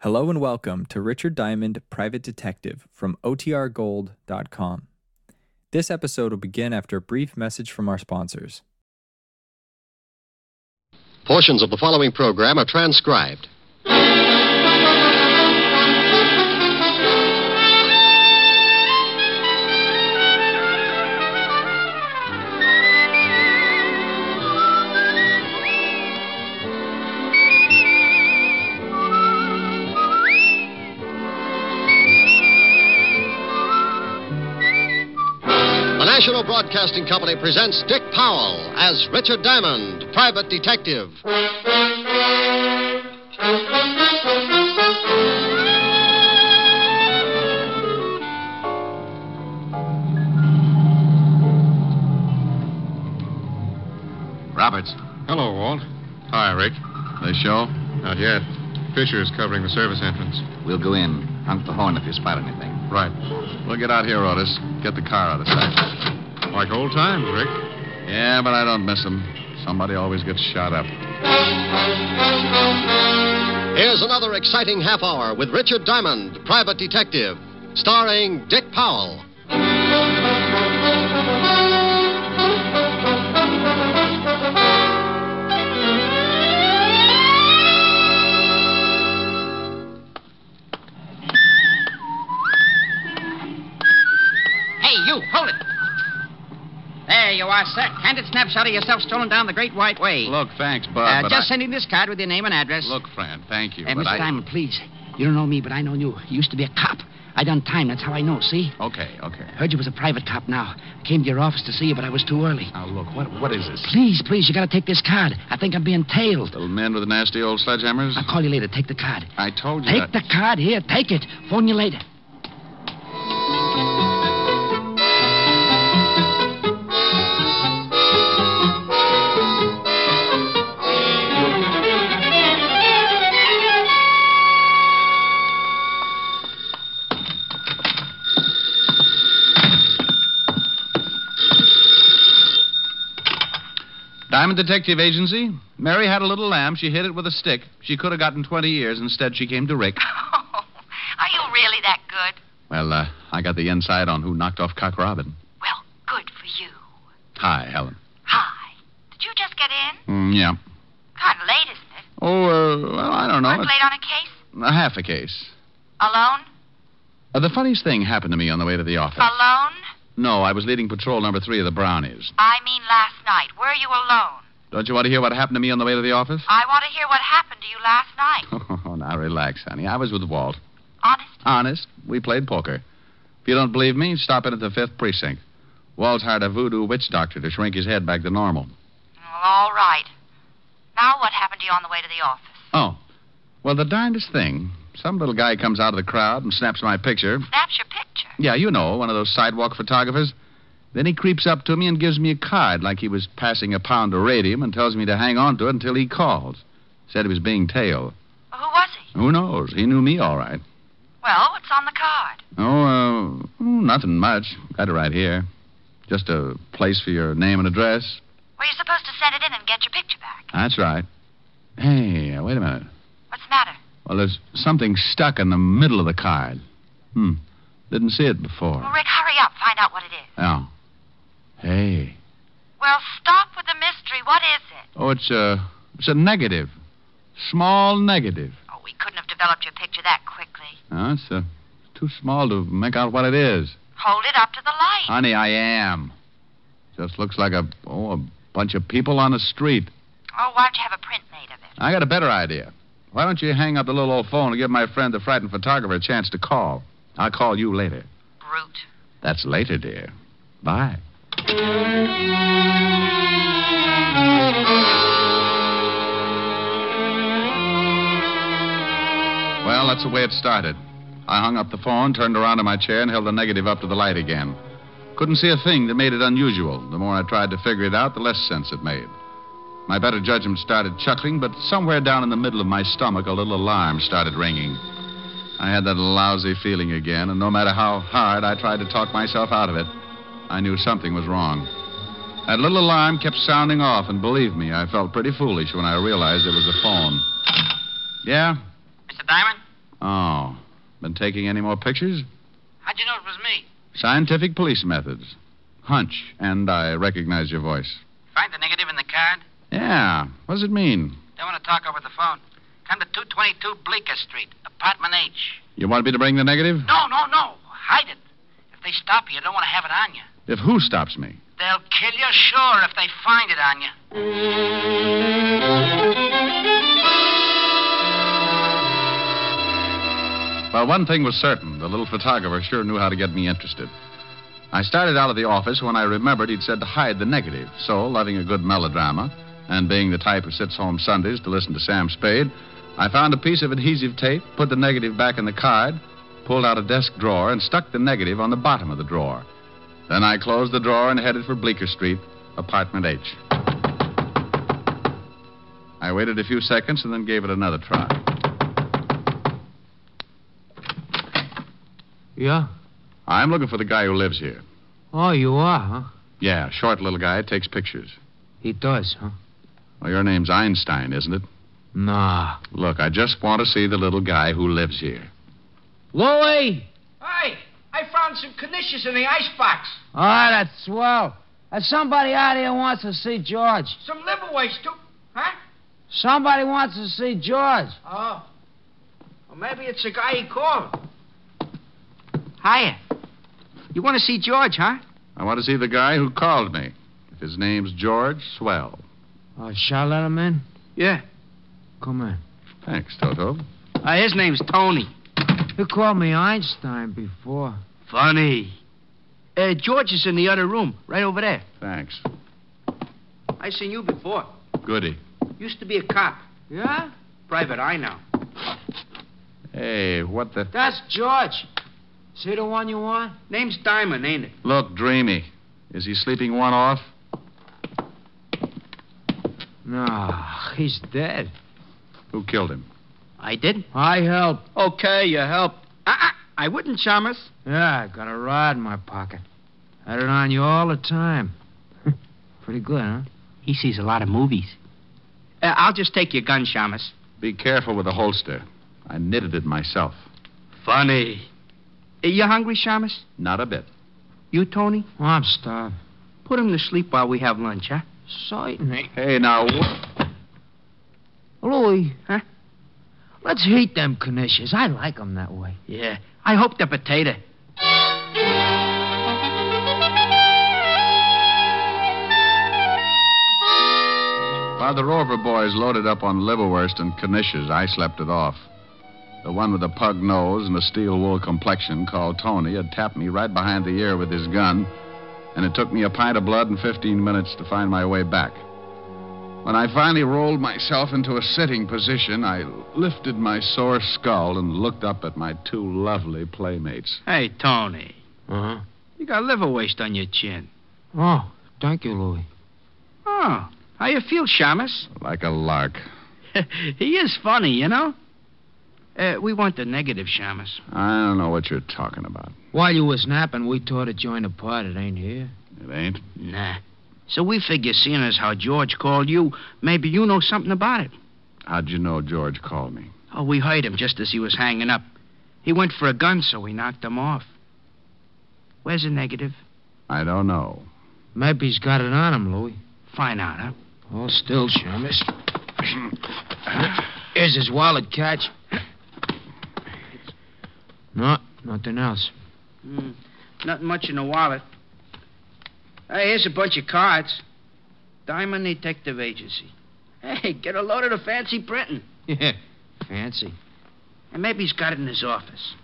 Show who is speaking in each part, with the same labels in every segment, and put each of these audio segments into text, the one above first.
Speaker 1: Hello and welcome to Richard Diamond, Private Detective from OTRGold.com. This episode will begin after a brief message from our sponsors.
Speaker 2: Portions of the following program are transcribed. The National Broadcasting Company presents Dick Powell as Richard Diamond, private detective.
Speaker 3: Roberts.
Speaker 4: Hello, Walt. Hi, Rick.
Speaker 3: The show?
Speaker 4: Not yet. Fisher is covering the service entrance.
Speaker 3: We'll go in. Honk the horn if you spot anything.
Speaker 4: Right.
Speaker 3: We'll get out here, Otis. Get the car out of sight.
Speaker 4: Like old times, Rick.
Speaker 3: Yeah, but I don't miss them. Somebody always gets shot up.
Speaker 2: Here's another exciting half hour with Richard Diamond, private detective, starring Dick Powell.
Speaker 5: Hey, you, hold it. There you are, sir. Candid snapshot of yourself strolling down the Great White Way.
Speaker 3: Look, thanks, Bud.
Speaker 5: uh,
Speaker 3: but
Speaker 5: just
Speaker 3: I-
Speaker 5: sending this card with your name and address.
Speaker 3: Look, Fran, thank you.
Speaker 5: Hey,
Speaker 3: but
Speaker 5: Mr.
Speaker 3: I-
Speaker 5: Diamond, please. You don't know me, but I know you. You used to be a cop. I done time. That's how I know, see?
Speaker 3: Okay, okay.
Speaker 5: Heard you was a private cop now. I came to your office to see you, but I was too early.
Speaker 3: Now, look, what, what is this?
Speaker 5: Please, please, you gotta take this card. I think I'm being tailed.
Speaker 3: Little men with nasty old sledgehammers?
Speaker 5: I'll call you later. Take the card.
Speaker 3: I told you that.
Speaker 5: Take the card here. Take it. Phone you later.
Speaker 3: Diamond Detective Agency. Mary had a little lamb. She hit it with a stick. She could have gotten 20 years. Instead, she came to Rick.
Speaker 6: Oh, are you really that good?
Speaker 3: Well, uh, I got the inside on who knocked off Cock Robin.
Speaker 6: Well, good for you.
Speaker 3: Hi, Helen.
Speaker 6: Hi. Did you just get in?
Speaker 3: Mm, yeah.
Speaker 6: Kind of late, isn't it?
Speaker 3: Oh, uh, well, I don't know.
Speaker 6: Work late on a case?
Speaker 3: A half a case.
Speaker 6: Alone?
Speaker 3: Uh, the funniest thing happened to me on the way to the
Speaker 6: Oh.
Speaker 3: office.
Speaker 6: Alone?
Speaker 3: No, I was leading patrol number three of the Brownies.
Speaker 6: I mean last night. Were you alone?
Speaker 3: Don't you want to hear what happened to me on the way to the office?
Speaker 6: I want to hear what happened to you last night.
Speaker 3: Oh, now relax, honey. I was with Walt.
Speaker 6: Honest?
Speaker 3: Honest, we played poker. If you don't believe me, stop in at the fifth precinct. Walt's hired a voodoo witch doctor to shrink his head back to normal.
Speaker 6: Well, all right. Now what happened to you on the way to the office?
Speaker 3: Oh, well, the darndest thing. Some little guy comes out of the crowd and snaps my picture.
Speaker 6: Snaps your picture.
Speaker 3: Yeah, you know, one of those sidewalk photographers. Then he creeps up to me and gives me a card like he was passing a pound of radium and tells me to hang on to it until he calls. Said he was being tailed.
Speaker 6: Who was he?
Speaker 3: Who knows? He knew me all right.
Speaker 6: Well, what's on the card?
Speaker 3: Oh, uh, nothing much. Got it right here. Just a place for your name and address.
Speaker 6: Were you supposed to send it in and get your picture back?
Speaker 3: That's right. Hey, uh, wait a minute.
Speaker 6: What's the matter?
Speaker 3: Well, there's something stuck in the middle of the card. Hmm. Didn't see it
Speaker 6: Well,
Speaker 3: before.
Speaker 6: Rick, hurry up. Find out what it is.
Speaker 3: Oh. Hey.
Speaker 6: Well, stop with the mystery. What is it?
Speaker 3: Oh, it's a it's a negative. Small negative.
Speaker 6: Oh, we couldn't have developed your picture that quickly.
Speaker 3: Huh? it's uh, too small to make out what it is.
Speaker 6: Hold it up to the light.
Speaker 3: Honey, I am. Just looks like a oh, a bunch of people on a street.
Speaker 6: Oh, why don't you have a print made of it?
Speaker 3: I got a better idea. Why don't you hang up the little old phone and give my friend, the frightened photographer, a chance to call? I'll call you later.
Speaker 6: Brute.
Speaker 3: That's later, dear. Bye. Well, that's the way it started. I hung up the phone, turned around in my chair, and held the negative up to the light again. Couldn't see a thing that made it unusual. The more I tried to figure it out, the less sense it made. My better judgment started chuckling, but somewhere down in the middle of my stomach, a little alarm started ringing. I had that lousy feeling again, and no matter how hard I tried to talk myself out of it, I knew something was wrong. That little alarm kept sounding off, and believe me, I felt pretty foolish when I realized it was a phone. Yeah? Oh.
Speaker 5: Mr. Diamond?
Speaker 3: been taking any more pictures?
Speaker 7: How'd you know it was me?
Speaker 3: Scientific police methods. Hunch, and I recognize your voice.
Speaker 7: Find the negative in the card?
Speaker 3: Yeah, what does it mean?
Speaker 7: Don't want to talk over the phone. Come to 222 Bleecker Street, apartment H.
Speaker 3: You want me to bring the negative?
Speaker 7: No, no, no. Hide it. If they stop you, you don't want to have it on you.
Speaker 3: If who stops me?
Speaker 7: They'll kill you, sure, if they find it on you.
Speaker 3: Well, one thing was certain. The little photographer sure knew how to get me interested. I started out of the office when I remembered he'd said to hide the negative. So, loving a good melodrama, and being the type who sits home Sundays to listen to Sam Spade, I found a piece of adhesive tape, put the negative back in the card, pulled out a desk drawer, and stuck the negative on the bottom of the drawer. Then I closed the drawer and headed for Bleecker Street, apartment H. I waited a few seconds and then gave it another try.
Speaker 8: Yeah?
Speaker 3: I'm looking for the guy who lives here.
Speaker 8: Oh, you are, huh?
Speaker 3: Yeah, short little guy, takes pictures.
Speaker 8: He does, huh?
Speaker 3: Well, your name's Einstein, isn't it?
Speaker 8: Nah.
Speaker 3: Look, I just want to see the little guy who lives here.
Speaker 8: Louie!
Speaker 7: Hey, I found some canisius in the icebox.
Speaker 8: Oh,
Speaker 7: Ah,
Speaker 8: that's swell. Uh, somebody out here wants to see George.
Speaker 7: Some liverwurst, too. Huh?
Speaker 8: Somebody wants to see George.
Speaker 7: Oh. Well, maybe it's the guy he called. Hiya. You want to see George, huh?
Speaker 3: I want to see the guy who called me. If his name's George, swell.
Speaker 8: Oh, shall I let him in?
Speaker 7: Yeah.
Speaker 8: Come in.
Speaker 3: Thanks, Toto.
Speaker 7: Uh, his name's Tony.
Speaker 8: You called me Einstein before.
Speaker 7: Funny. Uh, George is in the other room, right over there.
Speaker 3: Thanks.
Speaker 7: I seen you before.
Speaker 3: Goody.
Speaker 7: Used to be a cop.
Speaker 8: Yeah?
Speaker 7: Private I now.
Speaker 3: Hey, what the.
Speaker 8: That's George. See the one you want?
Speaker 7: Name's Diamond, ain't it?
Speaker 3: Look, dreamy. Is he sleeping one off?
Speaker 8: No, Ah, he's dead.
Speaker 3: Who killed him?
Speaker 7: I did.
Speaker 8: I helped.
Speaker 7: Okay, you helped. Uh-uh. I wouldn't, Chalmers.
Speaker 8: Yeah, I got a rod in my pocket. Had it on you all the time. Pretty good, huh?
Speaker 7: He sees a lot of movies. Uh, I'll just take your gun, Chalmers.
Speaker 3: Be careful with the holster. I knitted it myself.
Speaker 7: Funny. Uh, you hungry, Chalmers?
Speaker 3: Not a bit.
Speaker 7: You, Tony?
Speaker 8: Well, I'm starved.
Speaker 7: Put him to sleep while we have lunch, huh?
Speaker 8: Certainly.
Speaker 3: Hey, now. wh-
Speaker 8: Louie,
Speaker 7: Huh?
Speaker 8: let's heat them canisius. I like 'em that way.
Speaker 7: Yeah. I hope the potato.
Speaker 3: While the Rover boys loaded up on liverwurst and knishes, I slept it off. The one with the pug nose and the steel wool complexion called Tony had tapped me right behind the ear with his gun, and it took me a pint of blood and 15 minutes to find my way back. When I finally rolled myself into a sitting position, I lifted my sore skull and looked up at my two lovely playmates.
Speaker 7: Hey, Tony.
Speaker 8: Uh-huh.
Speaker 7: You got liver waste on your chin.
Speaker 8: Oh, thank you, Louie.
Speaker 7: Oh. How you feel, Shamus?
Speaker 3: Like a lark.
Speaker 7: he is funny, you know. Uh, we want the negative, Shamus.
Speaker 3: I don't know what you're talking about.
Speaker 8: While you was napping, we tore to join the part. It ain't here.
Speaker 3: It ain't.
Speaker 7: Nah. So we figure, seeing as how George called you, maybe you know something about it.
Speaker 3: How'd you know George called me?
Speaker 7: Oh, we heard him just as he was hanging up. He went for a gun, so we knocked him off. Where's the negative?
Speaker 3: I don't know.
Speaker 8: Maybe he's got it on him, Louie.
Speaker 7: Find out, huh?
Speaker 8: Oh, still, Shamus. Here's his wallet, catch. No, nothing else.
Speaker 7: Hmm. Nothing much in the wallet. Hey, here's a bunch of cards. Diamond Detective Agency. Hey, get a load of the fancy printing.
Speaker 8: Yeah, fancy.
Speaker 7: And maybe he's got it in his office.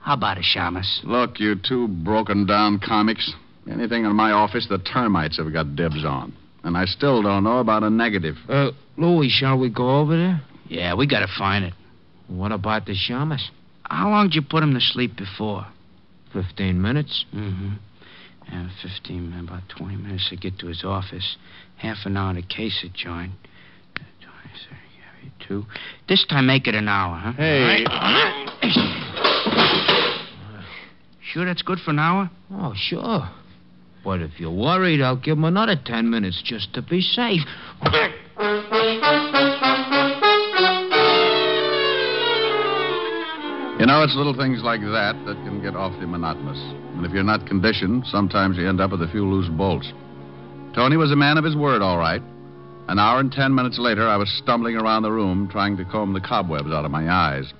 Speaker 7: How about a shamus?
Speaker 3: Look, you two broken down comics. Anything in my office, the termites have got dibs on. And I still don't know about a negative.
Speaker 8: Uh, Louie, shall we go over there?
Speaker 7: Yeah, we gotta find it.
Speaker 8: What about the shamus?
Speaker 7: How long'd you put him to sleep before?
Speaker 8: Fifteen minutes.
Speaker 7: Mm-hmm. And 15, minutes, about 20 minutes to get to his office. Half an hour to case it, join. Uh, 20, 30, 32. This time make it an hour, huh?
Speaker 3: Hey.
Speaker 7: Sure that's good for an hour?
Speaker 8: Oh, sure. But if you're worried, I'll give him another ten minutes just to be safe.
Speaker 3: You know, it's little things like that that can get awfully monotonous. And if you're not conditioned, sometimes you end up with a few loose bolts. Tony was a man of his word, all right. An hour and ten minutes later, I was stumbling around the room trying to comb the cobwebs out of my eyes.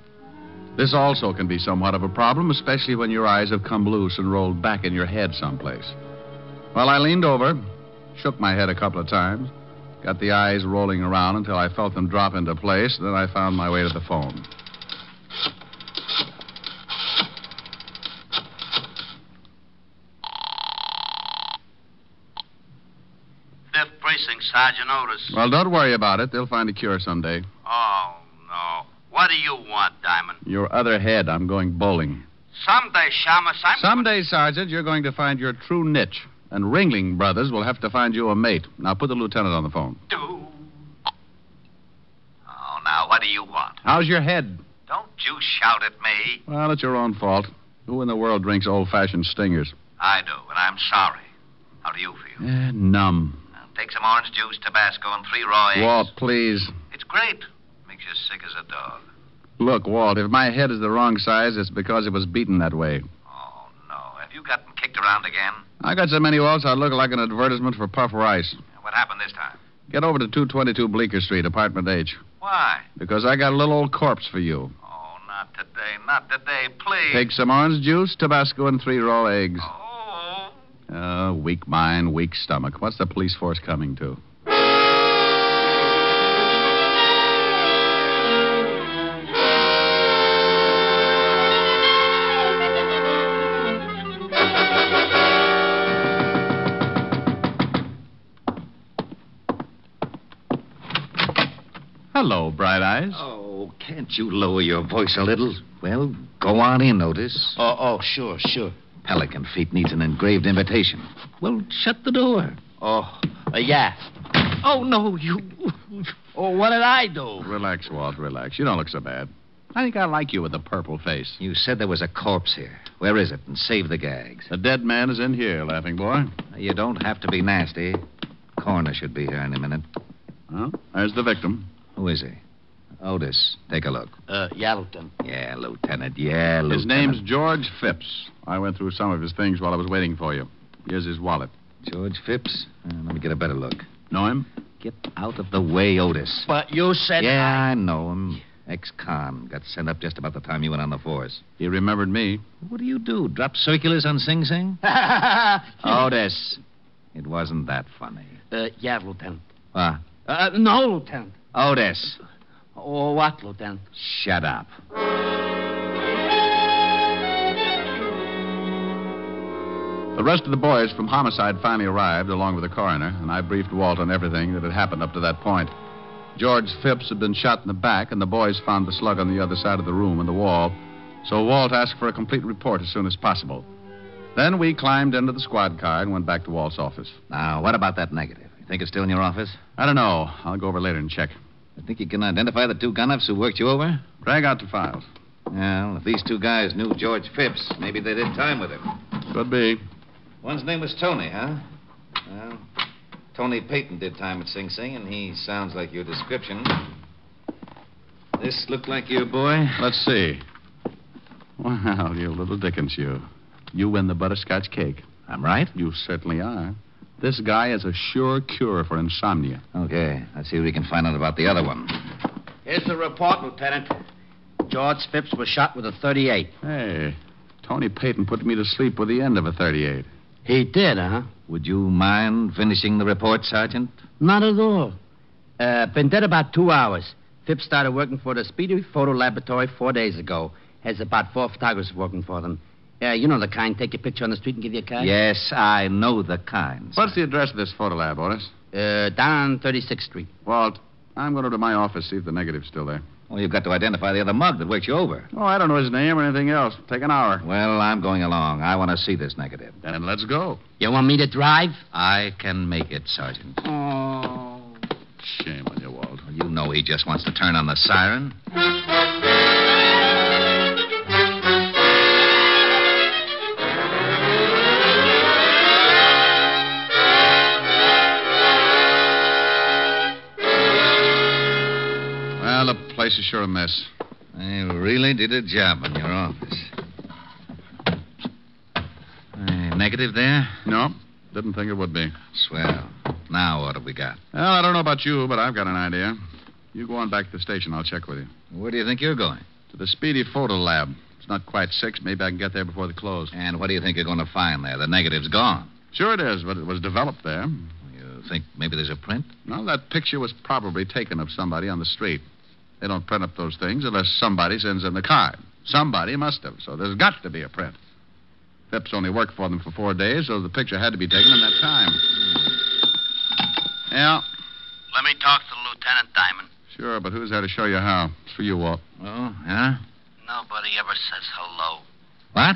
Speaker 3: This also can be somewhat of a problem, especially when your eyes have come loose and rolled back in your head someplace. Well, I leaned over, shook my head a couple of times, got the eyes rolling around until I felt them drop into place, then I found my way to the phone.
Speaker 5: Fifth Precinct, Sergeant Otis.
Speaker 3: Well, don't worry about it. They'll find a cure someday.
Speaker 5: Oh, no. What do you want, Diamond?
Speaker 3: Your other head, I'm going bowling.
Speaker 5: Someday, Shamus, I'm.
Speaker 3: Someday, Sergeant, you're going to find your true niche, and Ringling Brothers will have to find you a mate. Now put the lieutenant on the phone.
Speaker 5: Do. Oh, now, what do you want?
Speaker 3: How's your head?
Speaker 5: Don't you shout at me.
Speaker 3: Well, it's your own fault. Who in the world drinks old fashioned stingers?
Speaker 5: I do, and I'm sorry. How do you feel?
Speaker 3: Eh, numb.
Speaker 5: I'll take some orange juice, Tabasco, and three raw eggs.
Speaker 3: Walt, please.
Speaker 5: It's great. Makes you sick as a dog.
Speaker 3: Look, Walt, if my head is the wrong size, it's because it was beaten that way.
Speaker 5: Oh, no. Have you gotten kicked around again?
Speaker 3: I got so many Walt's I look like an advertisement for puff rice.
Speaker 5: What happened this time?
Speaker 3: Get over to 222 Bleecker Street, apartment H,
Speaker 5: Why?
Speaker 3: because I got a little old corpse for you.
Speaker 5: Oh, not today, not today, please.
Speaker 3: Take some orange juice, Tabasco, and three raw eggs.
Speaker 5: Oh.
Speaker 3: Uh, weak mind, weak stomach. What's the police force coming to? Hello, Bright Eyes.
Speaker 9: Oh, can't you lower your voice a little? Well, go on in, Otis.
Speaker 5: Oh, oh, sure, sure.
Speaker 9: Pelican Feet needs an engraved invitation. Well, shut the door.
Speaker 5: Oh, uh, yeah. Oh, no, you. Oh, what did I do?
Speaker 3: Relax, Walt, relax. You don't look so bad. I think I like you with the purple face.
Speaker 9: You said there was a corpse here. Where is it? And save the gags.
Speaker 3: The dead man is in here, laughing boy.
Speaker 9: You don't have to be nasty. Coroner should be here any minute.
Speaker 3: Well, there's the victim.
Speaker 9: Who is he? Otis, take a look.
Speaker 5: Uh, Yalton.
Speaker 9: Yeah, Lieutenant. Yeah, Lieutenant.
Speaker 3: His name's George Phipps. I went through some of his things while I was waiting for you. Here's his wallet.
Speaker 9: George Phipps. Uh, let me get a better look.
Speaker 3: Know him?
Speaker 9: Get out of the way, Otis.
Speaker 5: But you said.
Speaker 9: yeah, I know him. Ex-con. Got sent up just about the time you went on the force.
Speaker 3: He remembered me.
Speaker 9: What do you do? Drop circulars on Sing Sing?
Speaker 5: uh,
Speaker 9: Otis. It wasn't that funny.
Speaker 5: yeah, Lieutenant.
Speaker 9: Ah,
Speaker 5: Uh, no, Lieutenant.
Speaker 9: Otis.
Speaker 5: Or Oh, what, Lieutenant?
Speaker 9: Shut up.
Speaker 3: The rest of the boys from homicide finally arrived, along with the coroner, and I briefed Walt on everything that had happened up to that point. George Phipps had been shot in the back, and the boys found the slug on the other side of the room in the wall. So Walt asked for a complete report as soon as possible. Then we climbed into the squad car and went back to Walt's office.
Speaker 9: Now, what about that negative? You think it's still in your office?
Speaker 3: I don't know. I'll go over later and check.
Speaker 9: You think you can identify the two gun-ups who worked you over?
Speaker 3: Drag out the files.
Speaker 9: Well, if these two guys knew George Phipps, maybe they did time with him.
Speaker 3: Could be.
Speaker 9: One's name was Tony, huh? Well, Tony Payton did time at Sing Sing, and he sounds like your description. This looked like your boy?
Speaker 3: Let's see. Well, you little Dickens, you. You win the butterscotch cake.
Speaker 9: I'm right.
Speaker 3: You certainly are. This guy is a sure cure for insomnia.
Speaker 9: Okay, let's see if we can find out about the other one.
Speaker 5: Here's the report, Lieutenant. George Phipps was shot with a 38.
Speaker 3: Hey, Tony Payton put me to sleep with the end of a 38.
Speaker 5: He did, huh?
Speaker 9: Would you mind finishing the report, Sergeant?
Speaker 5: Not at all. Uh, been dead about two hours. Phipps started working for the Speedy Photo Laboratory four days ago. Has about four photographers working for them. Yeah, you know the kind. Take your picture on the street and give you a cash.
Speaker 9: Yes, I know the kinds.
Speaker 3: What's the address of this photo lab, Otis?
Speaker 5: Uh, down 36th Street.
Speaker 3: Walt, I'm going over to my office, see if the negative's still there.
Speaker 9: Well, you've got to identify the other mug that worked you over.
Speaker 3: Oh, I don't know his name or anything else. Take an hour.
Speaker 9: Well, I'm going along. I want to see this negative.
Speaker 3: Then let's go.
Speaker 5: You want me to drive?
Speaker 9: I can make it, Sergeant.
Speaker 5: Oh.
Speaker 3: Shame on you, Walt.
Speaker 9: You know he just wants to turn on the siren.
Speaker 3: Well, the place is sure a mess.
Speaker 9: They really did a job on your negative there?
Speaker 3: No, didn't think it would be.
Speaker 9: Swell. Now what have we got?
Speaker 3: Well, I don't know about you, but I've got an idea. You go on back to the station. I'll check with you.
Speaker 9: Where do you think you're going?
Speaker 3: To the Speedy Photo Lab. It's not quite six. Maybe I can get there before the close.
Speaker 9: And what do you think you're going to find there? The negative's gone.
Speaker 3: Sure it is, but it was developed there.
Speaker 9: You think maybe there's a print?
Speaker 3: Now, that picture was probably taken of somebody on the street. They don't print up those things unless somebody sends in the card. Somebody must have, so there's got to be a print. Phipps only worked for them for four days, so the picture had to be taken in that time. Yeah,
Speaker 10: Let me talk to Lieutenant Diamond.
Speaker 3: sure, but who's there to show you how? It's for you, Walt.
Speaker 9: Oh, yeah?
Speaker 10: Nobody ever says hello
Speaker 9: What?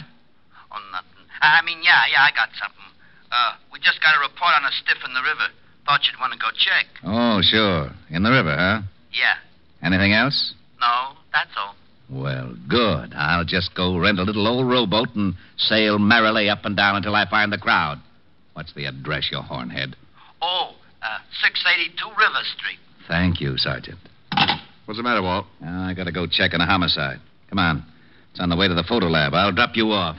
Speaker 10: or nothing. I mean, yeah, yeah, I got something. Uh, we just got a report on a stiff in the river. Thought you'd want to go check.
Speaker 9: Oh, sure. In the river, huh?
Speaker 10: Yeah.
Speaker 9: Anything else?
Speaker 10: No, that's all.
Speaker 9: Well, good. I'll just go rent a little old rowboat and sail merrily up and down until I find the crowd. What's the address, you hornhead?
Speaker 10: Oh, uh, 682 River Street.
Speaker 9: Thank you, Sergeant.
Speaker 3: What's the matter, Walt?
Speaker 9: Now I gotta go check on a homicide. Come on. It's on the way to the photo lab. I'll drop you off.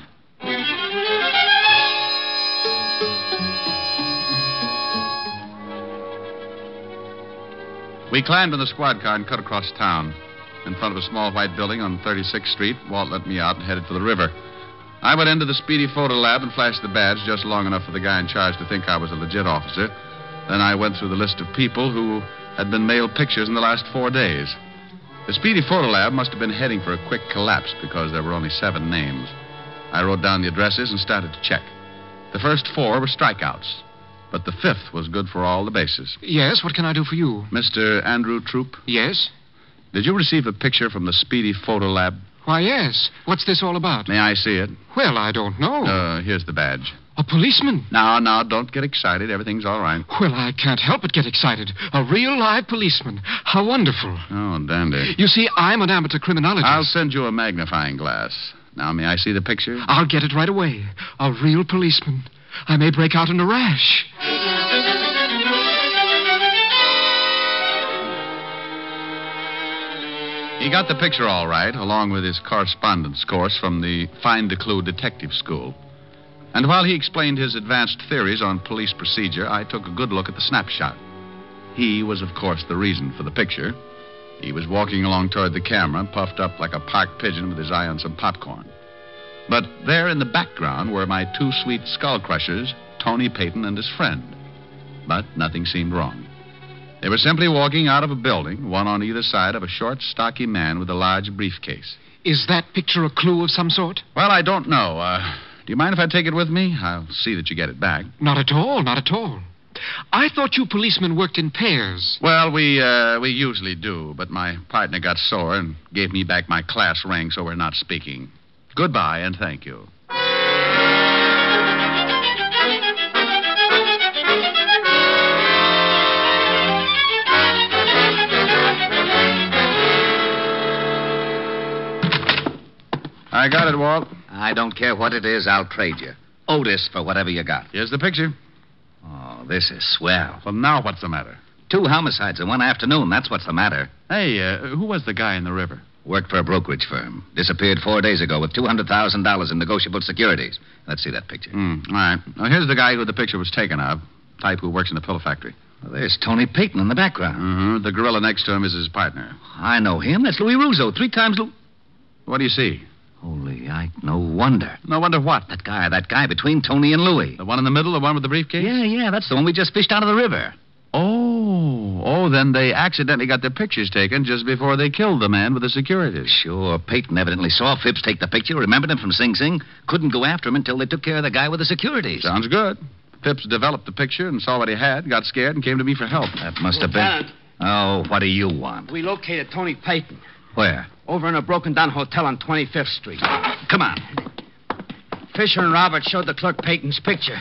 Speaker 3: We climbed in the squad car and cut across town. In front of a small white building on 36th Street, Walt let me out and headed for the river. I went into the speedy photo lab and flashed the badge just long enough for the guy in charge to think I was a legit officer. Then I went through the list of people who had been mailed pictures in the last four days. The speedy photo lab must have been heading for a quick collapse because there were only seven names. I wrote down the addresses and started to check. The first four were strikeouts, but the fifth was good for all the bases.
Speaker 4: Yes, what can I do for you?
Speaker 3: Mr. Andrew Troop,
Speaker 4: Yes?
Speaker 3: did you receive a picture from the Speedy Photo Lab?
Speaker 4: Why, yes. What's this all about?
Speaker 3: May I see it?
Speaker 4: Well, I don't know.
Speaker 3: Uh, here's the badge.
Speaker 4: a policeman.
Speaker 3: Now, now, don't get excited. Everything's all right.
Speaker 4: Well, I can't help but get excited. A real live policeman. How wonderful.
Speaker 3: Oh, dandy.
Speaker 4: You see, I'm an amateur criminologist.
Speaker 3: I'll send you a magnifying glass. Now, may I see the picture?
Speaker 4: I'll get it right away. A real policeman. I may break out in a rash.
Speaker 3: He got the picture all right, along with his correspondence course from the Find the Clue Detective School. And while he explained his advanced theories on police procedure, I took a good look at the snapshot. He was, of course, the reason for the picture. He was walking along toward the camera, puffed up like a park pigeon with his eye on some popcorn. But there in the background were my two sweet skull crushers, Tony Payton and his friend. But nothing seemed wrong. They were simply walking out of a building, one on either side of a short, stocky man with a large briefcase.
Speaker 4: Is that picture a clue of some sort?
Speaker 3: Well, I don't know. Uh, do you mind if I take it with me? I'll see that you get it back.
Speaker 4: Not at all, not at all. I thought you policemen worked in pairs.
Speaker 3: Well, we uh, we usually do, but my partner got sore and gave me back my class ring, so we're not speaking. Goodbye and thank you. I got it, Walt.
Speaker 9: I don't care what it is, I'll trade you. Otis for whatever you got.
Speaker 3: Here's the picture.
Speaker 9: Oh, this is swell.
Speaker 3: Well, now what's the matter?
Speaker 9: Two homicides in one afternoon. That's what's the matter.
Speaker 3: Hey, uh, who was the guy in the river?
Speaker 9: Worked for a brokerage firm. Disappeared four days ago with $200,000 in negotiable securities. Let's see that picture.
Speaker 3: Hmm, all right. Now, here's the guy who the picture was taken of. Type who works in the pillow factory.
Speaker 9: Well, there's Tony Payton in the background.
Speaker 3: Mm-hmm. The gorilla next to him is his partner.
Speaker 9: I know him. That's Louis Russo. Three times Lou.
Speaker 3: What do you see?
Speaker 9: Holy, I no wonder.
Speaker 3: No wonder what.
Speaker 9: That guy, that guy between Tony and Louis.
Speaker 3: The one in the middle, the one with the briefcase?
Speaker 9: Yeah, yeah, that's the one we just fished out of the river.
Speaker 3: Oh, oh, then they accidentally got their pictures taken just before they killed the man with the securities.
Speaker 9: Sure, Peyton evidently saw Phipps take the picture, remembered him from Sing Sing, couldn't go after him until they took care of the guy with the securities.
Speaker 3: Sounds good. Phipps developed the picture and saw what he had, got scared, and came to me for help.
Speaker 9: That must have been. Oh, what do you want?
Speaker 5: We located Tony Payton
Speaker 9: Where?
Speaker 5: over in a broken down hotel on 25th Street.
Speaker 9: Come on.
Speaker 5: Fisher and Robert showed the clerk Payton's picture,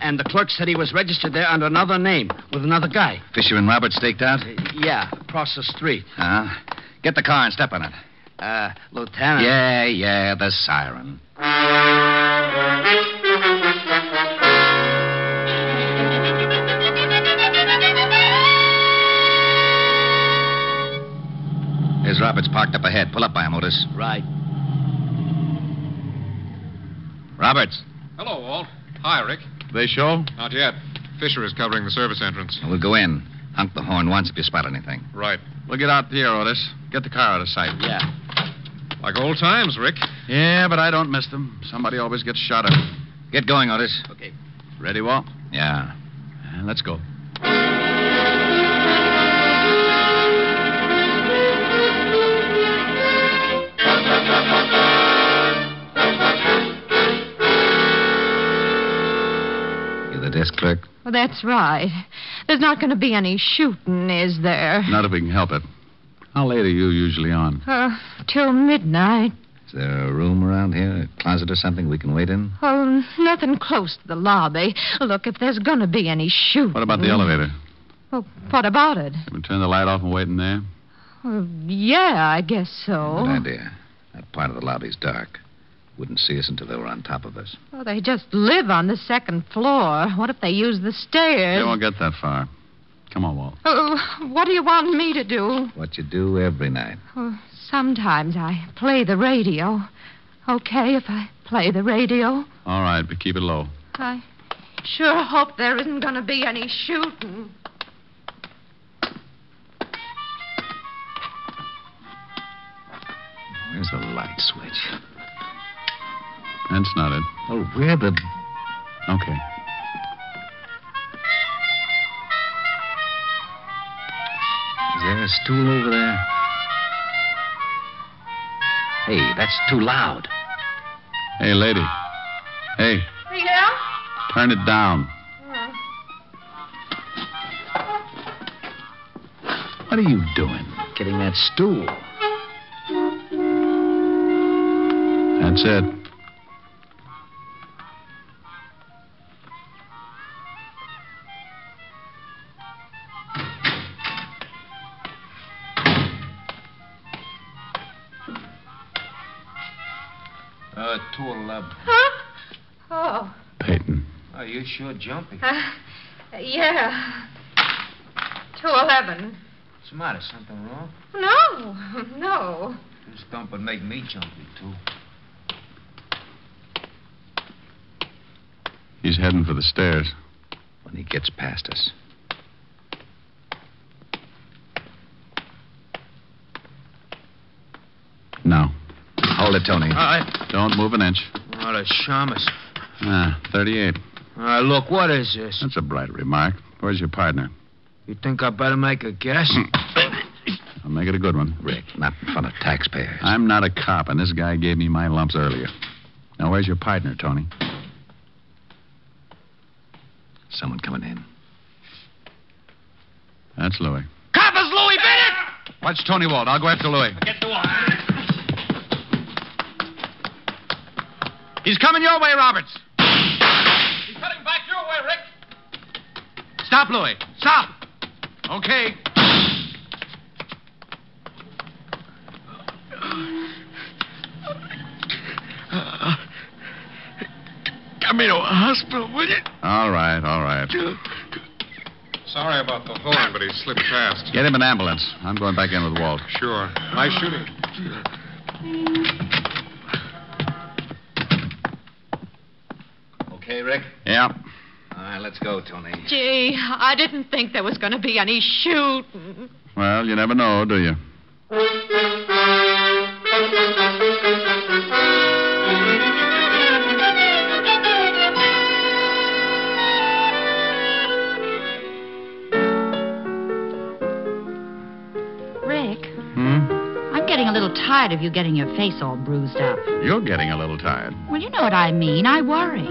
Speaker 5: and the clerk said he was registered there under another name with another guy.
Speaker 9: Fisher and Robert staked out?
Speaker 5: Yeah, across the street.
Speaker 9: Huh? Get the car and step on it.
Speaker 5: Uh, Lieutenant.
Speaker 9: Yeah, yeah, the siren. There's Roberts parked up ahead. Pull up by him, Otis.
Speaker 5: Right.
Speaker 9: Roberts,
Speaker 4: Hello, Walt.
Speaker 11: Hi, Rick.
Speaker 3: They show?
Speaker 11: Not yet. Fisher is covering the service entrance.
Speaker 12: We'll go in. Honk the horn once if you spot anything.
Speaker 11: Right.
Speaker 3: We'll get out here, Otis. Get the car out of sight.
Speaker 12: Yeah.
Speaker 11: Like old times, Rick.
Speaker 3: Yeah, but I don't miss them. Somebody always gets shot at.
Speaker 12: Get going, Otis.
Speaker 3: Okay. Ready, Walt?
Speaker 12: Yeah.
Speaker 3: Uh, Let's go.
Speaker 12: You the desk clerk?
Speaker 13: Well, that's right. There's not going to be any shooting, is there?
Speaker 3: Not if we can help it. How late are you usually on?
Speaker 13: Uh, till midnight.
Speaker 12: Is there a room around here, a closet or something we can wait in?
Speaker 13: Oh, nothing close to the lobby. Look, if there's going to be any shooting.
Speaker 3: What
Speaker 12: Hmm.
Speaker 3: about the elevator?
Speaker 13: Well, what about it?
Speaker 3: Can we turn the light off and wait in there?
Speaker 13: Uh, yeah, I guess so.
Speaker 12: Good idea. That part of the lobby's dark. Wouldn't see us until they were on top of us.
Speaker 13: Well, they just live on the second floor. What if they use the stairs?
Speaker 3: They won't get that far. Come on, Walt.
Speaker 13: Oh, what do you want me to do?
Speaker 12: What you do every night.
Speaker 13: Oh, sometimes I play the radio. Okay, if I play the radio.
Speaker 3: All right, but keep it low.
Speaker 13: I sure hope there isn't going to be any shooting.
Speaker 12: Where's the light switch?
Speaker 3: That's not it.
Speaker 12: Oh, where the.
Speaker 3: Okay.
Speaker 12: Is there a stool over there? Hey, that's too loud.
Speaker 3: Hey, lady. Hey,
Speaker 13: Yeah?
Speaker 3: turn it down.
Speaker 12: What are you doing? Getting that stool.
Speaker 3: That's it.
Speaker 9: Uh, two eleven.
Speaker 13: Huh? Oh,
Speaker 3: Peyton.
Speaker 9: Oh, you sure jumpy.
Speaker 13: uh, yeah. 211.
Speaker 9: What's the matter? Something wrong?
Speaker 13: No, no.
Speaker 9: This dump would make me jumpy, too.
Speaker 3: He's heading for the stairs.
Speaker 12: When he gets past us.
Speaker 3: No.
Speaker 12: Hold it, Tony.
Speaker 3: Don't move an inch.
Speaker 8: What a shamus.
Speaker 3: Ah, 38.
Speaker 8: Uh, look, what is this?
Speaker 3: That's a bright remark. Where's your partner?
Speaker 8: You think I better make a guess?
Speaker 3: I'll make it a good one.
Speaker 12: Rick, not in front of taxpayers.
Speaker 3: I'm not a cop, and this guy gave me my lumps earlier. Now, where's your partner, Tony?
Speaker 12: Someone coming in.
Speaker 3: That's Louis.
Speaker 10: Coppers, Louis Bennett!
Speaker 3: Watch Tony Walt. I'll go after Louis.
Speaker 10: Get the wire.
Speaker 4: He's coming your way, Roberts.
Speaker 10: He's heading back your way, Rick.
Speaker 4: Stop, Louis. Stop. Okay.
Speaker 8: Uh, Come me to a hospital, will you?
Speaker 3: All right, all right.
Speaker 11: Sorry about the horn, but he slipped past.
Speaker 3: Get him an ambulance. I'm going back in with Walt.
Speaker 11: Sure. Nice shooting.
Speaker 9: Okay, Rick?
Speaker 3: Yeah.
Speaker 9: All right, let's go, Tony.
Speaker 13: Gee, I didn't think there was going to be any shooting.
Speaker 3: Well, you never know, do you?
Speaker 6: Rick,
Speaker 3: Hmm?
Speaker 6: I'm getting a little tired of you getting your face all bruised up.
Speaker 3: You're getting a little tired.
Speaker 6: Well, you know what I mean. I worry.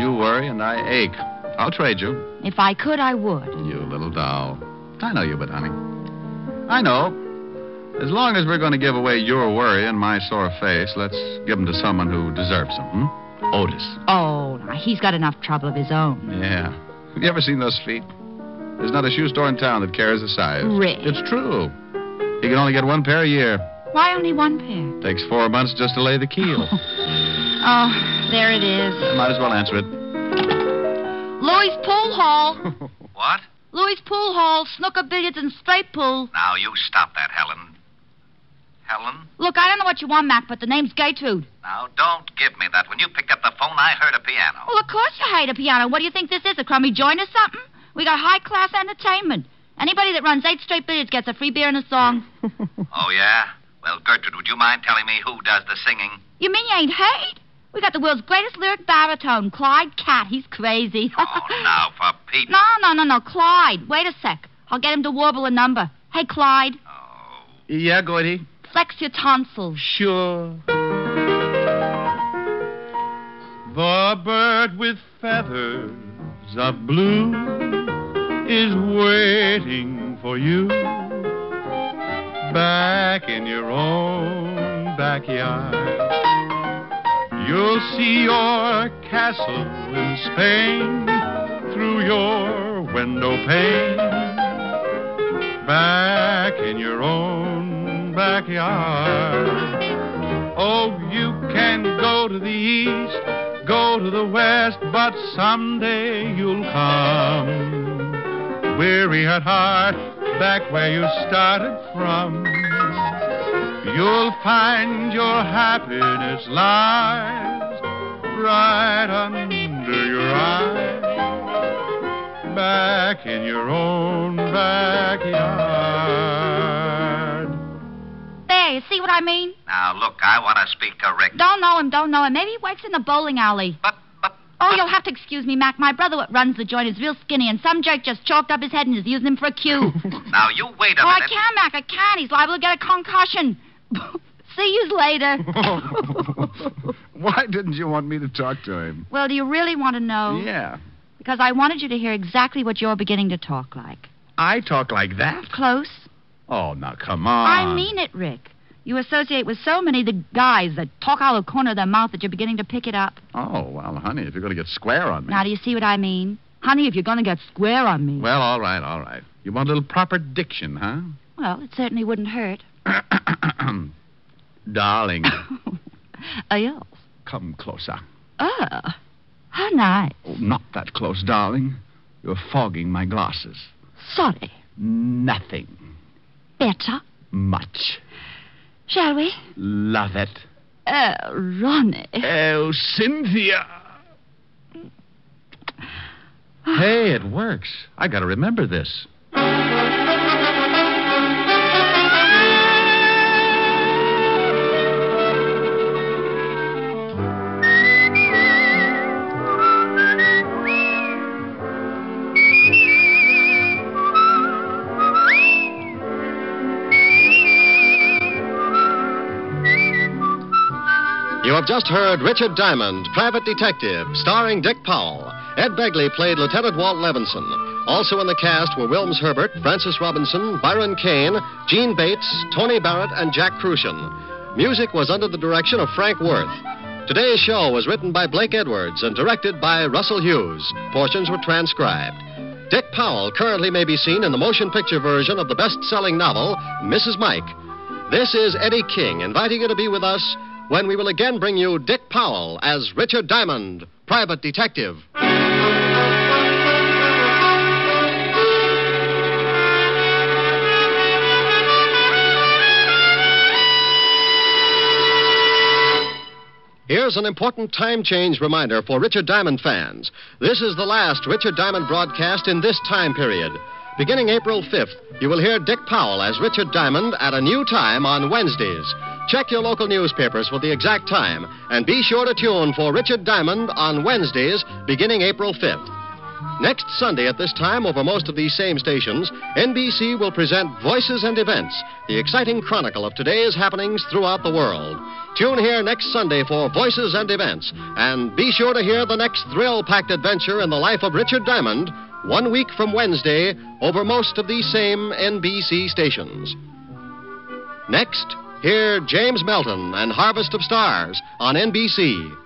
Speaker 3: You worry, and I ache. I'll trade you.
Speaker 6: If I could, I would.
Speaker 3: You
Speaker 12: Mm.
Speaker 3: little doll. I know you, but honey. I know. As long as we're going to give away your worry and my sore face, let's give them to someone who deserves them. Hmm? Otis.
Speaker 6: Oh, now, he's got enough trouble of his own.
Speaker 3: Yeah. Have you ever seen those feet? There's not a shoe store in town that carries the size.
Speaker 12: Mm.
Speaker 6: Rick.
Speaker 3: It's true. You can only get one pair a year.
Speaker 6: Why only one pair?
Speaker 3: Takes four months just to lay the keel.
Speaker 6: Oh, there it is.
Speaker 3: Might as well answer it.
Speaker 6: Louis Pool Hall.
Speaker 10: What?
Speaker 6: Louis Pool Hall, snooker billiards and straight pool.
Speaker 10: Now, you stop that, Helen. Helen?
Speaker 6: Look, I don't know what you want, Mac, but the name's Gertrude.
Speaker 10: Now, don't give me that. When you picked up the phone, I heard a piano.
Speaker 6: Well, Oh, of course you hate a piano. What do you think this is? A crummy joint or something? We got high class entertainment. Anybody that runs eight straight billiards gets a free beer and a song.
Speaker 10: Oh, yeah? Well, Gertrude, would you mind telling me who does the singing?
Speaker 6: You mean you ain't hate? We got the world's greatest lyric baritone, Clyde Cat. He's crazy.
Speaker 10: Oh, Now, for Pete.
Speaker 6: no, no, no, no, Clyde. Wait a sec. I'll get him to warble a number. Hey, Clyde,
Speaker 5: Yeah, Gordy?
Speaker 6: flex your tonsils.
Speaker 14: Sure. The bird with feathers of blue is waiting for you back in your own backyard. You'll see your castle in Spain through your window pane back in your own backyard. Oh, you can go to the east, go to the west, but someday you'll come. Weary at heart, back where you started from. You'll find your happiness lies right under your eyes, back in your own backyard.
Speaker 6: There, you see what I mean?
Speaker 10: Now, look, I want to speak to Rick.
Speaker 6: Don't know him, don't know him. Maybe he works in the bowling alley. oh, you'll have to excuse me, Mac. My brother that runs the joint is real skinny, and some jerk just chalked up his head and is using him for a cue.
Speaker 10: Now, you wait a
Speaker 6: oh, I
Speaker 10: minute.
Speaker 6: can't, Mac. I can't. He's liable to get a concussion. See you later.
Speaker 12: Why didn't you want me to talk to him?
Speaker 6: well, do you really want to know?
Speaker 12: Yeah.
Speaker 6: Because I wanted you to hear exactly what you're beginning to talk like.
Speaker 12: I talk like that?
Speaker 6: Close.
Speaker 12: Oh, now come
Speaker 3: Ah.
Speaker 6: I mean it, Rick. You associate with so many of the guys that talk out of the corner of their mouth that you're beginning to pick it up.
Speaker 12: Oh, well, honey, if you're going to get square on me.
Speaker 6: Now, do you see what I mean? Honey, if you're going to get square on me.
Speaker 12: Well, all right, all right. You want a little proper diction, huh?
Speaker 6: Well, it certainly wouldn't hurt.
Speaker 12: Darling,
Speaker 6: Oh, yeah.
Speaker 12: come closer.
Speaker 6: Oh, how nice.
Speaker 12: Oh, not that close, darling. You're fogging my glasses.
Speaker 6: Sorry.
Speaker 12: Nothing
Speaker 6: Better,
Speaker 12: much.
Speaker 6: shall we?
Speaker 12: Love it.
Speaker 6: Oh, Ronnie. Ah.
Speaker 12: Oh, Cynthia. Hey, it works. I got to remember this.
Speaker 2: You have just heard Richard Diamond, Private Detective, starring Dick Powell. Ed Begley played Lieutenant Walt Levinson. Also in the cast were Wilms Herbert, Francis Robinson, Byron Kane, Gene Bates, Tony Barrett, and Jack Crucian. Music was under the direction of Frank Worth. Today's show was written by Blake Edwards and directed by Russell Hughes. Portions were transcribed. Dick Powell currently may be seen in the motion picture version of the best selling novel, Mrs. Mike. This is Eddie King inviting you to be with us when we will again bring you Dick Powell as Richard Diamond, private detective. Here's an important time change reminder for Richard Diamond fans. This is the last Richard Diamond broadcast in this time period. Beginning April 5th, you will hear Dick Powell as Richard Diamond at a new time on Wednesdays. Check your local newspapers for the exact time, and be sure to tune for Richard Diamond on Wednesdays beginning April 5th. Next Sunday at this time, over most of these same stations, NBC will present Voices and Events, the exciting chronicle of today's happenings throughout the world. Tune here next Sunday for Voices and Events, and be sure to hear the next thrill packed adventure in the life of Richard Diamond one week from Wednesday over most of these same NBC stations. Next, hear James Melton and Harvest of Stars on NBC.